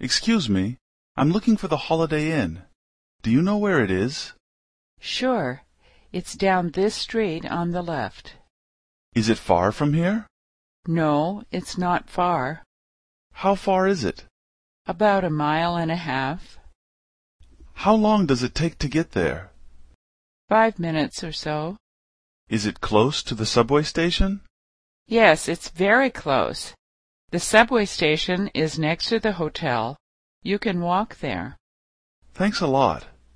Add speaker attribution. Speaker 1: Excuse me, I'm looking for the Holiday Inn. Do you know where it is?
Speaker 2: Sure. It's down this street on the left.
Speaker 1: Is it far from here?
Speaker 2: No, it's not far.
Speaker 1: How far is it?
Speaker 2: About a mile and a half.
Speaker 1: How long does it take to get there?
Speaker 2: Five minutes or so.
Speaker 1: Is it close to the subway station?
Speaker 2: Yes, it's very close. The subway station is next to the hotel. You can walk there.
Speaker 1: Thanks a lot.